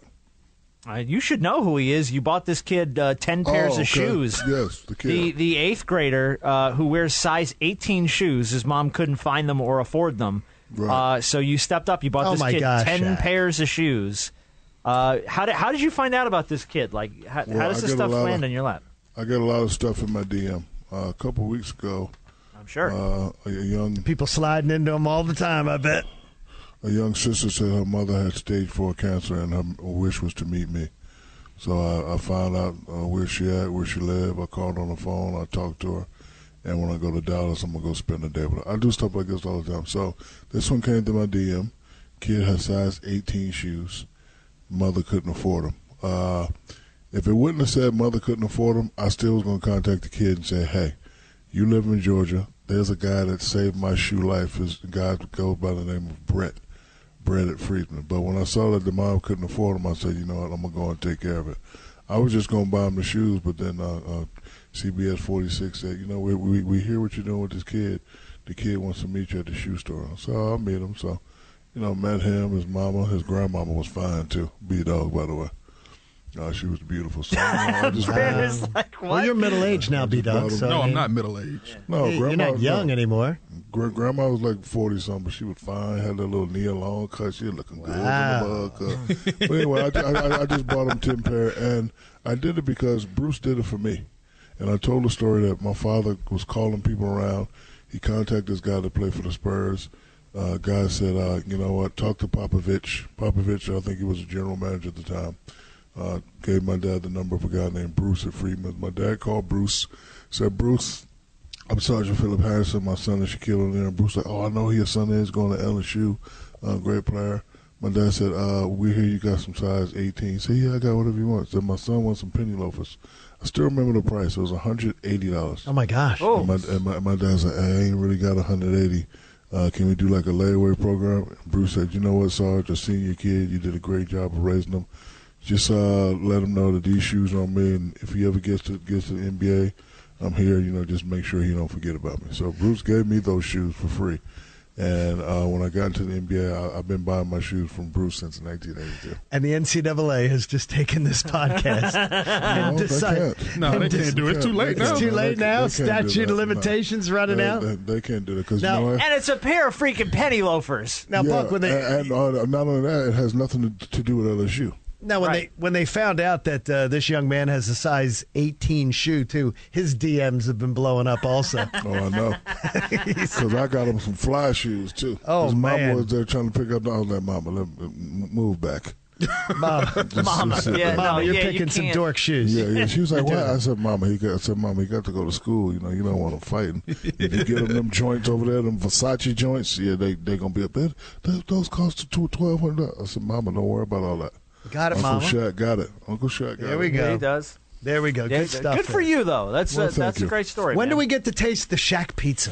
Uh, you should know who he is. You bought this kid uh, ten pairs Oh, okay. of shoes. Yes, the kid. The the eighth grader uh, who wears size eighteen shoes. His mom couldn't find them or afford them. Right. Uh, so you stepped up. You bought Oh this my kid gosh, ten Shaq. pairs of shoes. Uh, how did how did you find out about this kid? Like how, Well, how I does this get a stuff lot of- land in your lap? I get a lot of stuff in my DM. Uh, a couple weeks ago, I'm sure. uh, a young People sliding into them all the time. I bet. a young sister said her mother had stage four cancer, and her wish was to meet me. So I, I found out uh, where she at, where she lived. I called on the phone. I talked to her, and when I go to Dallas, I'm gonna go spend the day with her. I do stuff like this all the time. So this one came to my DM. Kid her size 18 shoes. Mother couldn't afford them. Uh, if it wouldn't have said mother couldn't afford them, I still was gonna contact the kid and say, hey, you live in Georgia. There's a guy that saved my shoe life. His guy goes by the name of Brett. Brett at Friedman. But when I saw that the mom couldn't afford them, I said, you know what, I'm gonna go and take care of it. I was just gonna buy him the shoes, but then uh, uh, CBS 46 said, you know, we, we we hear what you're doing with this kid. The kid wants to meet you at the shoe store. So I meet him. So, you know, met him. His mama, his grandmama was fine too. B dog, by the way. Uh, she was beautiful. So, you know, I just, Man, it's like what? Well, you're middle aged now, B Dog. So, No, I Oh, I'm mean, not Oh, middle aged. no, hey, you're grandma not was young anymore. Gra- grandma was like 40 something, but she was fine. Had that little knee long cut. She was looking good in the bug cut. uh, But anyway, I, ju- I- I- I just bought him 10 pair, and I did it because Bruce did it for me. And I told the story that my father was calling people around. He contacted this guy that played for the Spurs. Uh, guy said, uh, you know what, talk to Popovich. Popovich, I think he was a general manager at the time uh, gave my dad the number of a guy named Bruce at Freedman. My dad called Bruce, said, Bruce, I'm Sergeant Philip Harrison. My son is Shaquille O'Neal. And Bruce like, oh, I know his son is going to LSU. Uh, great player. My dad said, uh, we hear you got some size 18. He said, yeah, I got whatever you want. Said, my son wants some penny loafers. I still remember the price. It was $180. Oh my gosh. Oh. And my, and my, my dad's like, I ain't really got 180. Uh, can we do like a layaway program? And Bruce said, you know what, Sarge, I seen your kid. You did a great job of raising him. Just uh, let him know that these shoes are on me, and if he ever gets to gets to the NBA, I'm here. You know, just make sure he don't forget about me. So Bruce gave me those shoes for free, And uh, when I got into the NBA, I, I've been buying my shoes from Bruce since 1982. And the NCAA has just taken this podcast and No, they decided. can't. No, they can't do it. It's too late now. It's too No, late they- now. they can't do Statute that. of No. limitations running They- out. They, they can't do it because Now- you know what? And it's a pair of freaking penny loafers. Now, Yeah, Buck, when they and, and, uh, not only that, it has nothing to, to do with LSU. now when they when they found out that uh, this young man has a size 18 shoe too, his DMs have been blowing up also. Oh, I know. Because I got him some fly shoes too. Oh, His man. mama was there trying to pick up. I was like, Mama, let me m- move back. Mama, Just- just sit there. Mama, you're picking some dork shoes. Yeah, yeah. She was like, You're doing "Why?" I said, "Mama, he got." I said, "Mama, he got to go to school. You know, you don't want him fighting. if you get him them joints over there, them Versace joints, yeah, they they gonna be up there. Th- those cost two twelve hundred. I said, "Mama, don't worry about all that." Got it, Uncle Mama. Shaq got it. Uncle Shaq. Got There we it. go. Yeah, he does. There we go. Yeah, good stuff. Good for there. you though. That's Well, a, thank that's you. a great story. When man. do we get to taste the Shack pizza?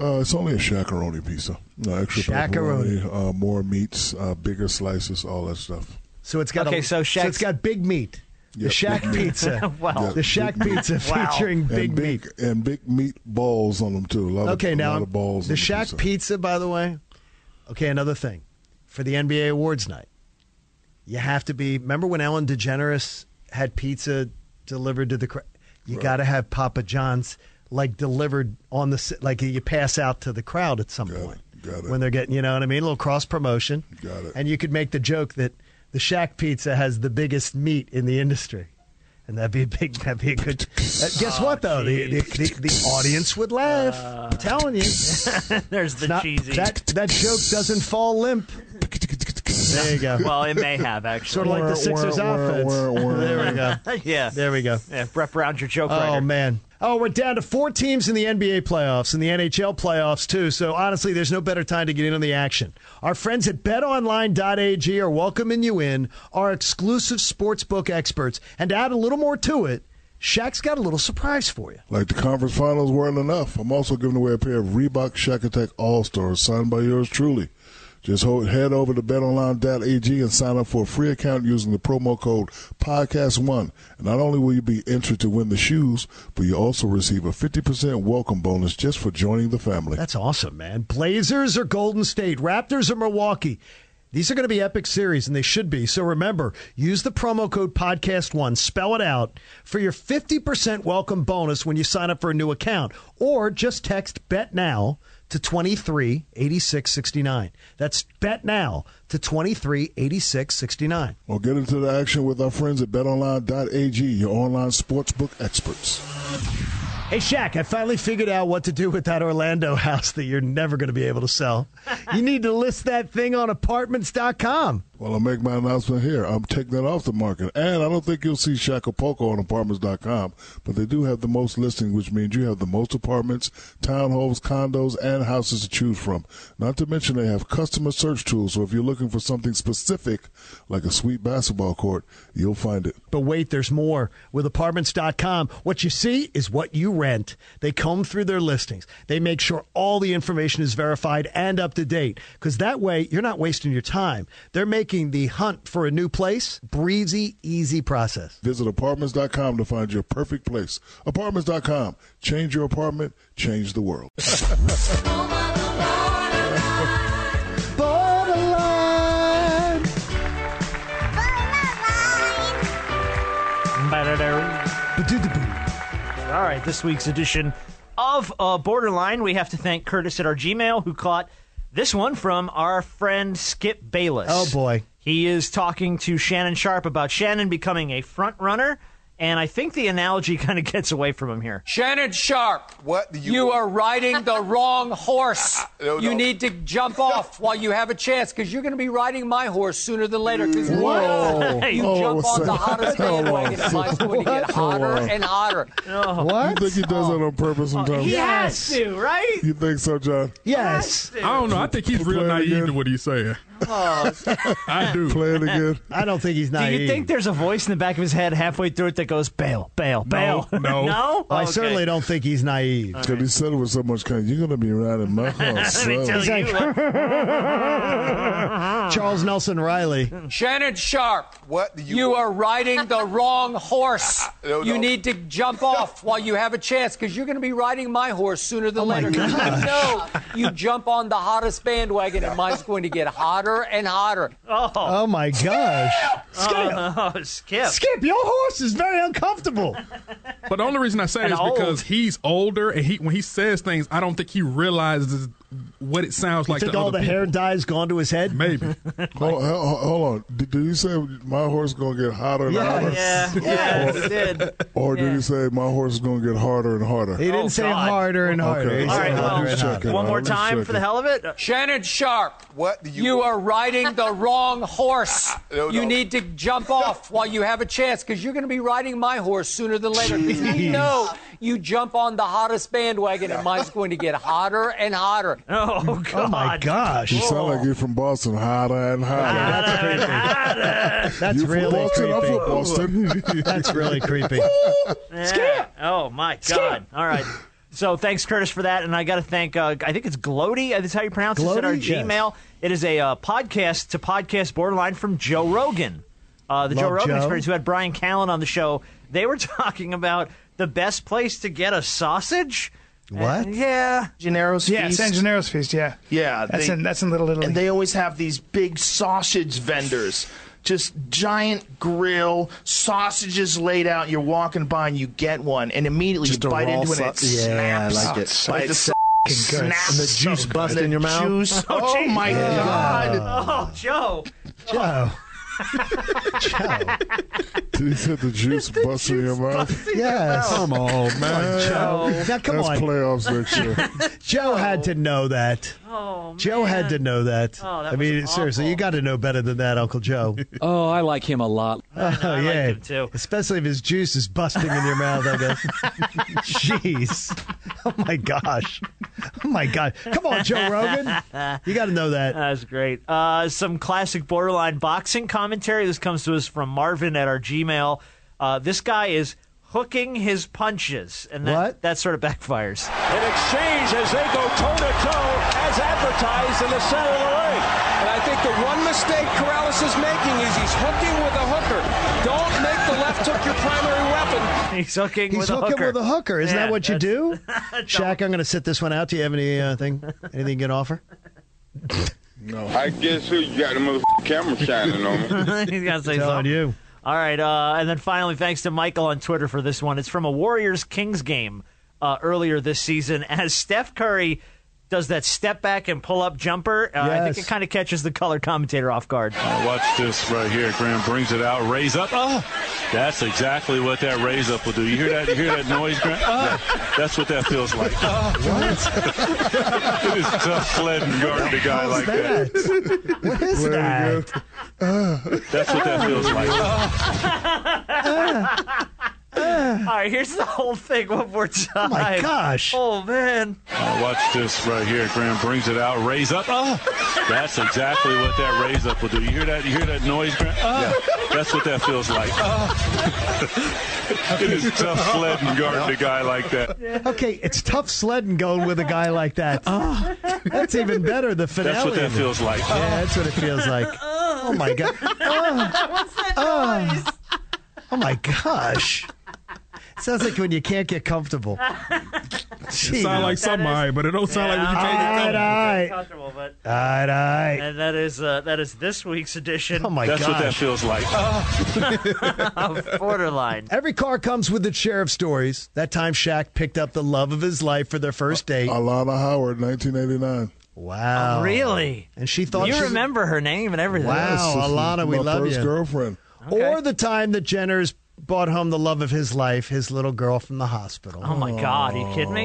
Uh, it's only a shakaroni pizza. No extra Shakaroni. pepperoni, uh, more meats, uh, bigger slices, all that stuff. So it's got Okay, a, so Shaq's- it's got big meat. The Yep, Shack big meat. pizza. Wow. The Shack big meat. pizza Wow. featuring big, and meat. big and big meat balls on them too. A lot Okay, of, a now lot of balls. the on Shack pizza. pizza. by the way. Okay, another thing for the NBA awards night, you have to be. Remember when Ellen DeGeneres had pizza delivered to the? cra- You got to have Papa John's like delivered on the s- like you pass out to the crowd at some point got it. when they're getting you know what I mean a little cross promotion. Got it. And you could make the joke that the Shack pizza has the biggest meat in the industry. And that'd be a big. That'd be a good. Uh, guess what though? The, the, the, the audience would laugh. I'm telling you. There's the Not- cheesy. That that joke doesn't fall limp. There you go. well, it may have actually. sort of like the Sixers Wah, wah, offense. wah, wah. There we go. yeah. There we go. Yeah, Brett Brown's your joke Oh writer. man. Oh, we're down to four teams in the NBA playoffs and the NHL playoffs too. So honestly, there's no better time to get in on the action. Our friends at BetOnline.ag are welcoming you in, our exclusive sportsbook experts, and to add a little more to it, Shaq's got a little surprise for you. Like the conference finals weren't enough. I'm also giving away a pair of Reebok Shack Attack All Stars signed by yours truly. Just hold, head over to betonline.ag and sign up for a free account using the promo code podcast1. And not only will you be entered to win the shoes, but you also receive a 50% welcome bonus just for joining the family. That's awesome, man. Blazers or Golden State, Raptors or Milwaukee. These are going to be epic series, and they should be. So remember, use the promo code podcast1, spell it out, for your 50% welcome bonus when you sign up for a new account. Or just text bet now to 238669. That's bet now to 238669. Or get into the action with our friends at betonline.ag, your online sportsbook experts. Hey, Shaq, I finally figured out what to do with that Orlando house that you're never going to be able to sell. you need to list that thing on apartments.com. Well, I'll make my announcement here. I'm taking that off the market. And I don't think you'll see Shacapulco on apartments.com, but they do have the most listings, which means you have the most apartments, townhomes, condos, and houses to choose from. Not to mention they have customer search tools, so if you're looking for something specific, like a sweet basketball court, you'll find it. But wait, there's more. With apartments.com, what you see is what you rent. They comb through their listings. They make sure all the information is verified and up to date because that way you're not wasting your time. They're making the hunt for a new place breezy, easy process. Visit apartments.com to find your perfect place. Apartments.com. Change your apartment, change the world. Borderline. Ba-da-da-da. All right, this week's edition of uh, Borderline, we have to thank Curtis at our Gmail who caught this one from our friend Skip Bayless. Oh, boy. He is talking to Shannon Sharp about Shannon becoming a front runner, and I think the analogy kind of gets away from him here. Shannon Sharp, what you, are riding the wrong horse. you need to jump off while you have a chance because you're going to be riding my horse sooner than later. 'cause Whoa. you Oh, Hold on a jump on the second. hottest Hold on a bandwagon, it might second. going to get Oh, What? hotter Hold on. and hotter. You think he does that on purpose sometimes? Yes. has to, right? You think so, John? Yes. I don't know. I think he's real Play it naive again. to what he's saying. I do. Play it again. I don't think he's Do naive. you think there's a voice in the back of his head halfway through it that goes, bail, bail, bail? No, no. no? I Okay. certainly don't think he's naive. Because he said it with so much kind, you're going to be riding my horse Let me tell He's you what- Charles Nelson Riley. Oh. Shannon Sharp, what you, are riding the wrong horse. No, You no. need to jump off while you have a chance because you're going to be riding my horse sooner Oh than later. You know you jump on the hottest bandwagon and mine's going to get hotter and hotter. Oh, my gosh. Skip. Oh, Skip. Skip, your horse is very uncomfortable. But the only reason I say it And is because old. he's older, and he when he says things, I don't think he realizes what it sounds like. took to all other the people. hair dye's gone to his head. Maybe. Hold, hold, hold on. Did, did he say my horse gonna get hotter and hotter? Oh, he did. Or did he say my horse is gonna get harder and harder? He Oh, didn't say harder and harder. Okay. He said All right, harder well, and harder. One more time for the hell of it? Shannon Sharp, what you, are riding the wrong horse. no, You no. need to jump off while you have a chance because you're going to be riding my horse sooner than later. 'Cause You Jeez. know you jump on the hottest bandwagon and mine's going to get hotter and hotter. Oh, God. Oh my gosh! You sound like you're from Boston, hotter and hotter. That's you really from Boston. I'm creepy. from Boston. That's really creepy. Skip. Oh my God! All right. So thanks, Curtis, for that. And I got to thank. Uh, I think it's Gloaty. That's how you pronounce it. At our Gloaty? Yes. Gmail. It is a uh, podcast to podcast borderline from Joe Rogan, uh, the Joe Love Rogan Joe. Experience, who had Brian Callen on the show. They were talking about the best place to get a sausage. What? And, yeah. Gennaro's Yeah, Feast. San Gennaro's Feast. Yeah, Yeah, That's they- in that's in Little Italy. and they always have these big sausage vendors. Just giant grill, sausages laid out. You're walking by and you get one, and immediately Just you a bite raw into it. And it sau- Yeah, I snaps. like it. It's Like the s- fucking good. snaps And the so juice good. bust And in the your mouth? juice. Oh, Oh, geez. my Yeah. god! Oh, Joe. Joe. Did he say the juice bust in your mouth? Yes. Oh, Come on, man. Joe. Now, come That's on. playoffs next year. Joe had to know that. Oh, Joe had to know that. Oh, that I mean, seriously, you got to know better than that, Uncle Joe. Oh, I like him a lot. Oh, yeah. Especially if his juice is busting in your mouth, I guess. Jeez. Oh, my gosh. Oh, my God. Come on, Joe Rogan. You got to know that. That's great. Uh, some classic borderline boxing commentary. This comes to us from Marvin at our Gmail. Uh, this guy is hooking his punches, and that, that sort of backfires. in exchange as they go toe to toe as advertised in the center of the ring. And I think the one mistake Corrales is making is he's hooking with a hooker. Don't make the left hook your primary weapon. He's hooking He's with a hooking hooker. with a hooker. Isn't Yeah, that what you do? Shaq, I'm going to sit this one out. Do you have any uh, thing, anything you can offer? No. I guess who? You got the motherfucking camera shining on me. He's got to say It's on something. you. All right. Uh, and then finally, thanks to Michael on Twitter for this one. It's from a Warriors Kings game uh, earlier this season as Steph Curry does that step back and pull up jumper. Uh, I think Yes. it kind of catches the color commentator off guard. Uh, watch this right here. Graham brings it out, raise up. Oh, that's exactly what that raise up will do. You hear that? You hear that noise, Graham? Oh, that's what that feels like. Ah, it is tough sledding guarding a guy like that. What is that? That's what Oh, that feels like. All right, here's the whole thing one more time. my gosh. Oh man. Uh, watch this right here. Graham brings it out, raise up. Oh, that's exactly what that raise up will do. You hear that? You hear that noise, Graham? Oh, that's what that feels like. Oh. it is tough sledding guarding a guy like that. Okay, it's tough sledding going with a guy like that. Oh. that's even better. The finale. That's what that of it. feels like. Yeah, that's what it feels like. Oh my god. What's that noise? Oh my gosh. Sounds like when you can't get comfortable. It sound like somebody, but it don't sound like when you can't get comfortable. comfortable, but All right, all right. and that is uh, that is this week's edition. Oh my That's what that gosh. feels like. Uh, borderline. Every car comes with its share of stories. That time Shaq picked up the love of his life for their first date. Oh, Alana Howard, 1989. Wow. really? Oh. And she thought you she- remember her name and everything. Wow, Oh, Alana, we my love first you. girlfriend. Or the time that Jenner's brought home the love of his life, his little girl from the hospital. Oh my God! Are you kidding me?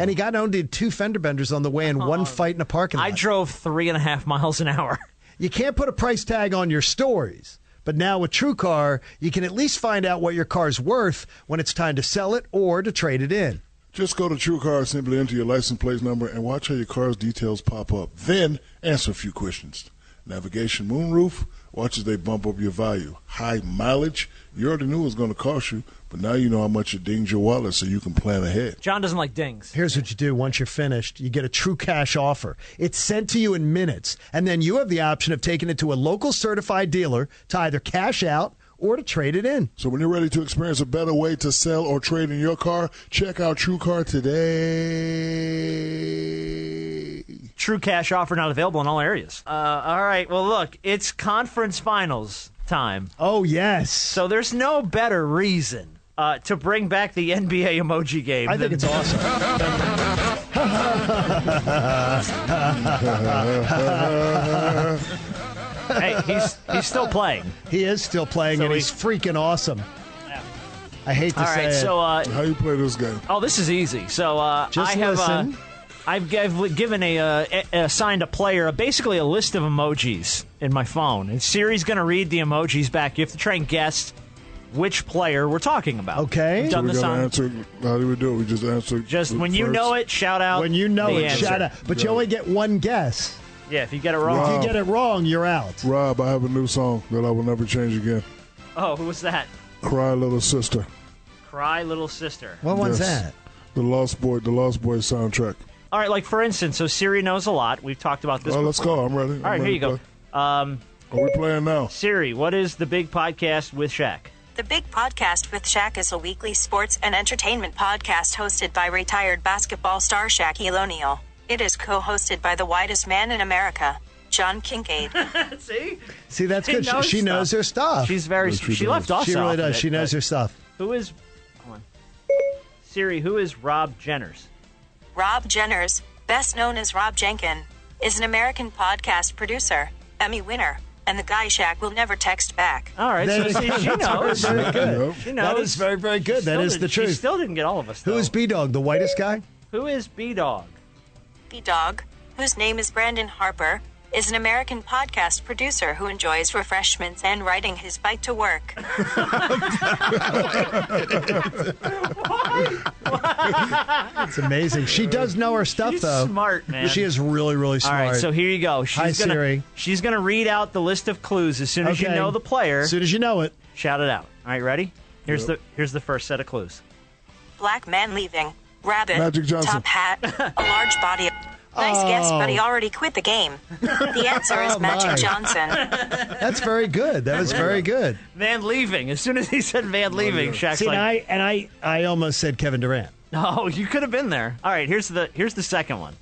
And he got home to two fender benders on the way and one fight in a parking lot. Oh. I drove three and a half miles an hour. You can't put a price tag on your stories. But now with TrueCar, you can at least find out what your car's worth when it's time to sell it or to trade it in. Just go to TrueCar, simply enter your license plate number, and watch how your car's details pop up. Then answer a few questions. Navigation moonroof, watch as they bump up your value. High mileage, you already knew it was going to cost you, but now you know how much it dings your wallet so you can plan ahead. John doesn't like dings. Here's what you do once you're finished you get a true cash offer. It's sent to you in minutes, and then you have the option of taking it to a local certified dealer to either cash out or to trade it in. So when you're ready to experience a better way to sell or trade in your car, check out True Car today. True cash offer not available in all areas. Uh, all right. Well, look, it's conference finals time. Oh, yes. So there's no better reason uh, to bring back the NBA emoji game. I think it's awesome. Uh-huh. hey, he's he's still playing. He is still playing, So and he- he's freaking awesome. I hate to All say right, it. so, uh, How you play this game? Oh, this is easy. So uh, Just I have. uh, listen. I've giv- given a, uh, a- assigned a player basically a list of emojis in my phone, and Siri's going to read the emojis back. You have to try and guess which player we're talking about. Okay, so done we this gotta on answer. How do we do it? We just answer. Just when you know it, shout out. When you know the it, answer. shout out. But you only get one guess. yeah, if you get it wrong, If you get it wrong, you're out. Rob, I have a new song that I will never change again. Oh, who was that? Cry, little sister. Cry, little sister. Yes. The Lost Boy, the Lost Boy soundtrack. All right, like for instance, so Siri knows a lot. We've talked about this. Oh, let's before. go. I'm ready. All I'm right, ready here you to go. Um, Are we playing now? Siri, what is the big podcast with Shaq? The Big Podcast with Shaq is a weekly sports and entertainment podcast hosted by retired basketball star Shaquille O'Neal. It is co hosted by the whitest man in America, John Kincaid. See? See, that's She good. She- knows she knows stuff. her stuff. She's very- Yes, she she does. left us She really off of does. it, she knows but- her stuff. Who is. Hold on. Siri, who is Rob Jenners? Rob Jenners, best known as Rob Jenkin, is an American podcast producer, Emmy winner, and the guy Shaq will never text back. All right, That is- so see, she knows. that's very good. She knows. That is very, very She good. That still is did- the She truth. still didn't get all of us. Who is B Dog, the whitest guy? Who is B Dog? B Dog, whose name is Brandon Harper, is an American podcast producer who enjoys refreshments and riding his bike to work. It's amazing. She does know her stuff, She's though. smart, man. She is really, really smart. All right, so here you go. She's Hi, gonna, Siri. She's going to read out the list of clues as soon as you Okay. know the player. As soon as you know it. Shout it out. All right, ready? Here's Yep. the here's the first set of clues. Black man leaving. Rabbit. Magic Johnson. Top hat. A large body. Nice Oh. guess, but he already quit the game. The answer is Oh, Magic my. Johnson. That's very good. That was very good. Van leaving. As soon as he said Van leaving, Shaq's Oh, See, like, and I and I, I almost said Kevin Durant. "No, Oh, you could have been there." All right, here's the here's the second one.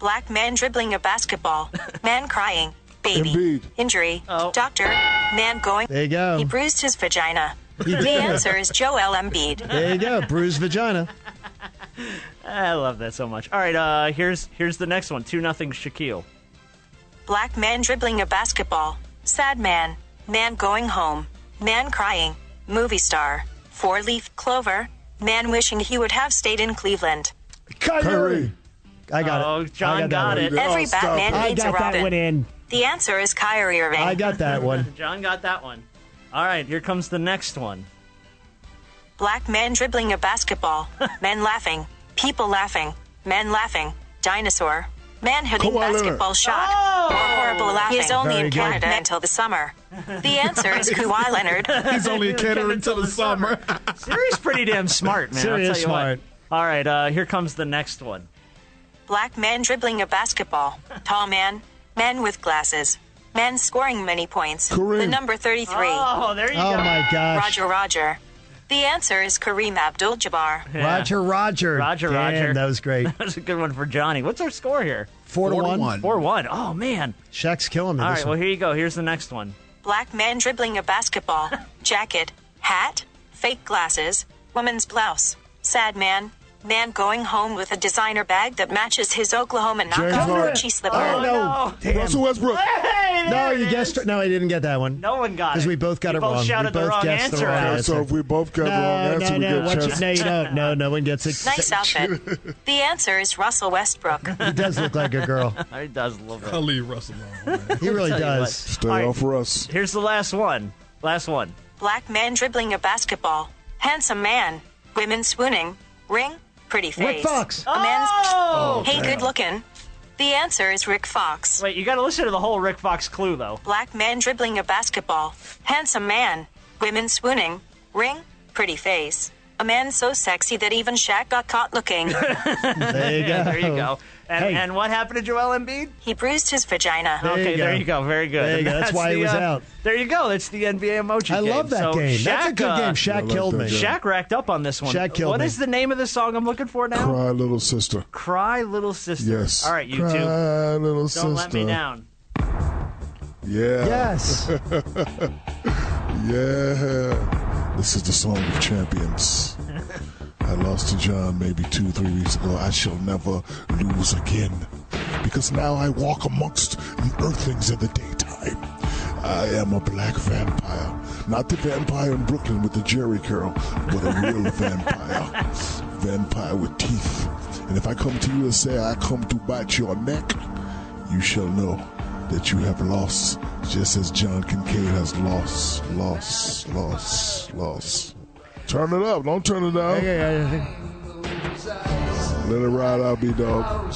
Black man dribbling a basketball. Man crying. Baby. Embiid. Injury. Doctor. Man going. There you go. He bruised his vagina. He The did. answer is Joel Embiid. There you go. Bruised vagina. I love that so much. All right, uh, here's here's the next one. Two nothing Shaquille. Black man dribbling a basketball. Sad man. Man going home. Man crying. Movie star. Four leaf clover. Man wishing he would have stayed in Cleveland. Kyrie. I got oh, it. I John that got one. it. Every Batman I needs a got that Robin. one in. The answer is Kyrie Irving. I got that one. John got that one. All right, here comes the next one. Black man dribbling a basketball. Men laughing. People laughing. Men laughing. Dinosaur. Man hitting Kawhi Leonard. basketball shot. Oh! Or horrible laughing. He's only Very in good. Canada until the summer. The answer is Kawhi Leonard. until the summer. Siri's pretty damn smart, man. Siri I'll tell is you smart. What. All right, uh, here comes the next one. Black man dribbling a basketball. Tall man. Men with glasses. Men scoring many points. Kareem. The number 33. Oh, there you Oh, go. my gosh. Roger, Roger. The answer is Kareem Abdul Jabbar. Roger, Roger, Roger, Damn, Roger. That was great. That's a good one for Johnny. What's our score here? Four to Four to one. one. Four one. Oh man. Shaq's killing me. All this right, well one. here you go. Here's the next one. Black man dribbling a basketball. Jacket. Hat. Fake glasses. Woman's blouse. Sad man. Man going home with a designer bag that matches his Oklahoma knockoff Gucci slipper. Oh, no. Damn. Russell Westbrook. no, you guessed. No, I didn't get that one. No one got it. Because we both got You it both wrong. shouted the we both wrong guessed answer the wrong out. Okay, answer. so if we both got no, the wrong no, answer, we no. get What you- chance. no, you don't. No, no one gets it. Nice outfit. the answer is Russell Westbrook. He does look like a girl. It does a little bit. I'll leave Russell alone. man. He really Tell you does. what. Stay All right. off Russ. Here's the last one. Last one. Black man dribbling a basketball. Handsome man. Women swooning. Ring. Pretty face. Rick Fox. A man's. Oh! hey, Oh, good looking. The answer is Rick Fox. Wait, you gotta listen to the whole Rick Fox clue, though. Black man dribbling a basketball. Handsome man. Women swooning. Ring. Pretty face. A man so sexy that even Shaq got caught looking. There you go. there you go. And, and what happened to Joel Embiid? He bruised his vagina. okay, there you go. Very good. There you And go. That's why he the, was uh, out. There you go. That's the NBA emoji. I game. love that So game. That's a Shaq, good uh, game. Shaq killed me. Shaq racked up on this one. Shaq killed What me. is the name of the song I'm looking for now? Cry, little sister. Cry, little sister. Yes. All right, you Cry, two. little Don't let me sister. down. Yeah. Yes. yeah. This is the song of champions. I lost to John maybe two, three weeks ago. I shall never lose again. Because now I walk amongst the earthlings in the daytime. I am a black vampire. Not the vampire in Brooklyn with the jerry curl, but a real vampire. Vampire with teeth. And if I come to you and say I come to bite your neck, you shall know that you have lost, just as John Kincaid has lost, lost, lost, lost. Turn it up. Don't turn it down. Let it ride out, B Dog.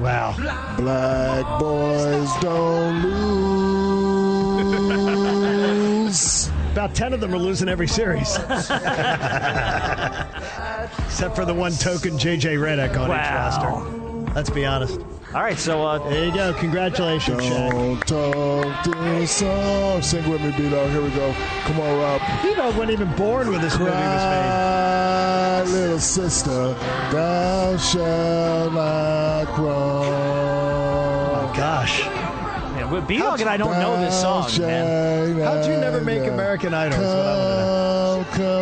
Wow. Black boys don't lose. About 10 of them are losing every series. Except for the one token JJ Redick on each roster. Let's be honest. All right, so. Uh, there you go. Congratulations, Shaq. Don't talk this song. Sing with me, B Dog. Here we go. Come on, Rob. B Dog wasn't even born when this Cry, movie was little sister, thou shalt not cry. Oh, gosh. Yeah, B Dog and I don't know this song, man. How'd you never make American Idol? is what I wanna know.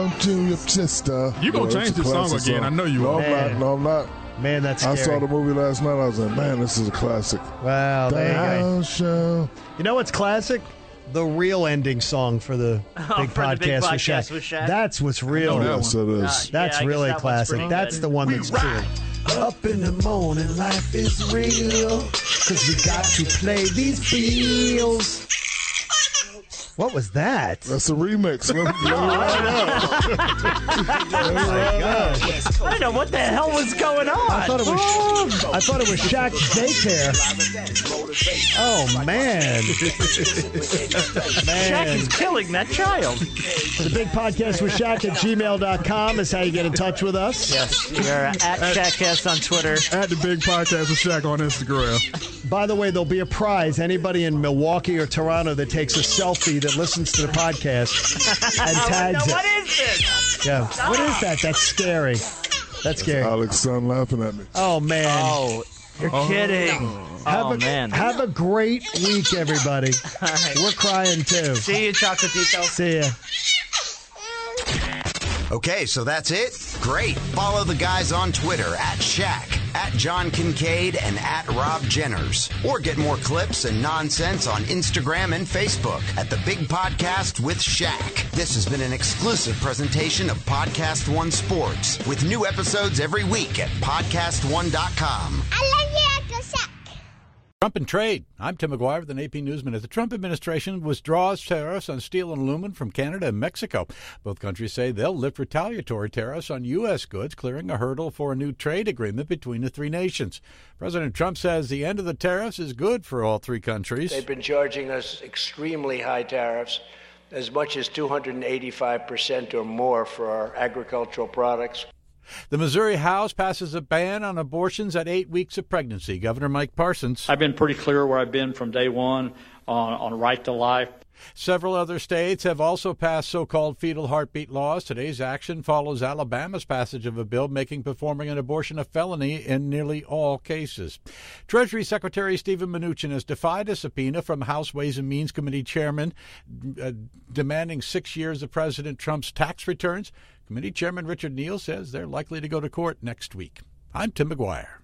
Welcome to your sister. You gonna Yo, change that's a this song classic again. I know you no, I'm are. Man. not. No, I'm not. Man, that's I saw scary. the movie last night. I was like, man, this is a classic. Wow, there you go. You know what's classic? The real ending song for the big Oh, for the podcast, big with, podcast Shaq. with Shaq. That's what's Oh, real. that Yes, one. it is. Uh, yeah, That's I guess really that one's classic. pretty That's good. the one that's true. Up in the morning, life is real. Cause we got to play these fields. Oh What was that? That's a remix. Let me- let me ride out. I don't know what the hell was going on. Oh I thought it was. Oh. I thought it was Shaq's daycare. Oh man, man. Shaq is killing that child. The big podcast with Shaq at gmail.com is how you get in touch with us. Yes, we are at Shaqcast on Twitter. At the big podcast with Shaq on Instagram. By the way, there'll be a prize. Anybody in Milwaukee or Toronto that takes a selfie that listens to the podcast and tags What it. is this? Yeah. What is that? That's scary. That's scary. Alex son laughing at me. Oh man. Oh, you're Oh. kidding. Have oh a, man. Have a great week, everybody. We're crying too. See you, Chocolatito. See ya. Okay, so that's it. Great. Follow the guys on Twitter at Shaq, at John Kincaid, and at Rob Jenners. Or get more clips and nonsense on Instagram and Facebook at The Big Podcast with Shaq. This has been an exclusive presentation of Podcast One Sports with new episodes every week at podcastone.com. Trump and trade. I'm Tim McGuire with an AP Newsman. As the Trump administration withdraws tariffs on steel and aluminum from Canada and Mexico, both countries say they'll lift retaliatory tariffs on U.S. goods, clearing a hurdle for a new trade agreement between the three nations. President Trump says the end of the tariffs is good for all three countries. They've been charging us extremely high tariffs, as much as 285% or more for our agricultural products. The Missouri House passes a ban on abortions at eight weeks of pregnancy. Governor Mike Parsons. I've been pretty clear where I've been from day one on, on right to life. Several other states have also passed so called fetal heartbeat laws. Today's action follows Alabama's passage of a bill making performing an abortion a felony in nearly all cases. Treasury Secretary Stephen Mnuchin has defied a subpoena from House Ways and Means Committee Chairman uh, demanding six years of President Trump's tax returns. Committee Chairman Richard Neal says they're likely to go to court next week. I'm Tim McGuire.